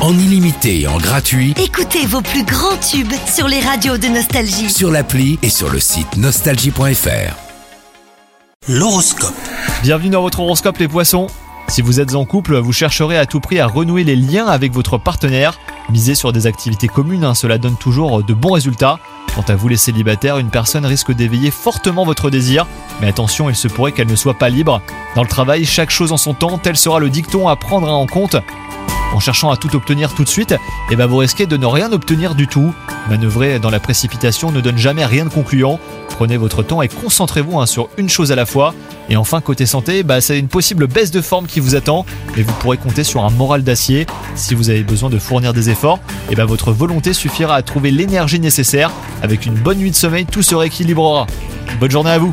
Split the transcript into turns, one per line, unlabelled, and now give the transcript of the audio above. en illimité et en gratuit
Écoutez vos plus grands tubes sur les radios de Nostalgie.
sur l'appli et sur le site nostalgie.fr. L'horoscope.
Bienvenue dans votre horoscope les poissons. Si vous êtes en couple, vous chercherez à tout prix à renouer les liens avec votre partenaire. Misez sur des activités communes, hein, cela donne toujours de bons résultats. Quant à vous les célibataires, une personne risque d'éveiller fortement votre désir, mais attention, il se pourrait qu'elle ne soit pas libre. Dans le travail, chaque chose en son temps, tel sera le dicton à prendre hein, en compte. En cherchant à tout obtenir tout de suite, eh ben vous risquez de ne rien obtenir du tout. Manœuvrer dans la précipitation ne donne jamais rien de concluant. Prenez votre temps et concentrez-vous hein, sur une chose à la fois. Et enfin, côté santé, bah, c'est une possible baisse de forme qui vous attend, mais vous pourrez compter sur un moral d'acier. Si vous avez besoin de fournir des efforts, eh ben votre volonté suffira à trouver l'énergie nécessaire. Avec une bonne nuit de sommeil, tout se rééquilibrera. Bonne journée à vous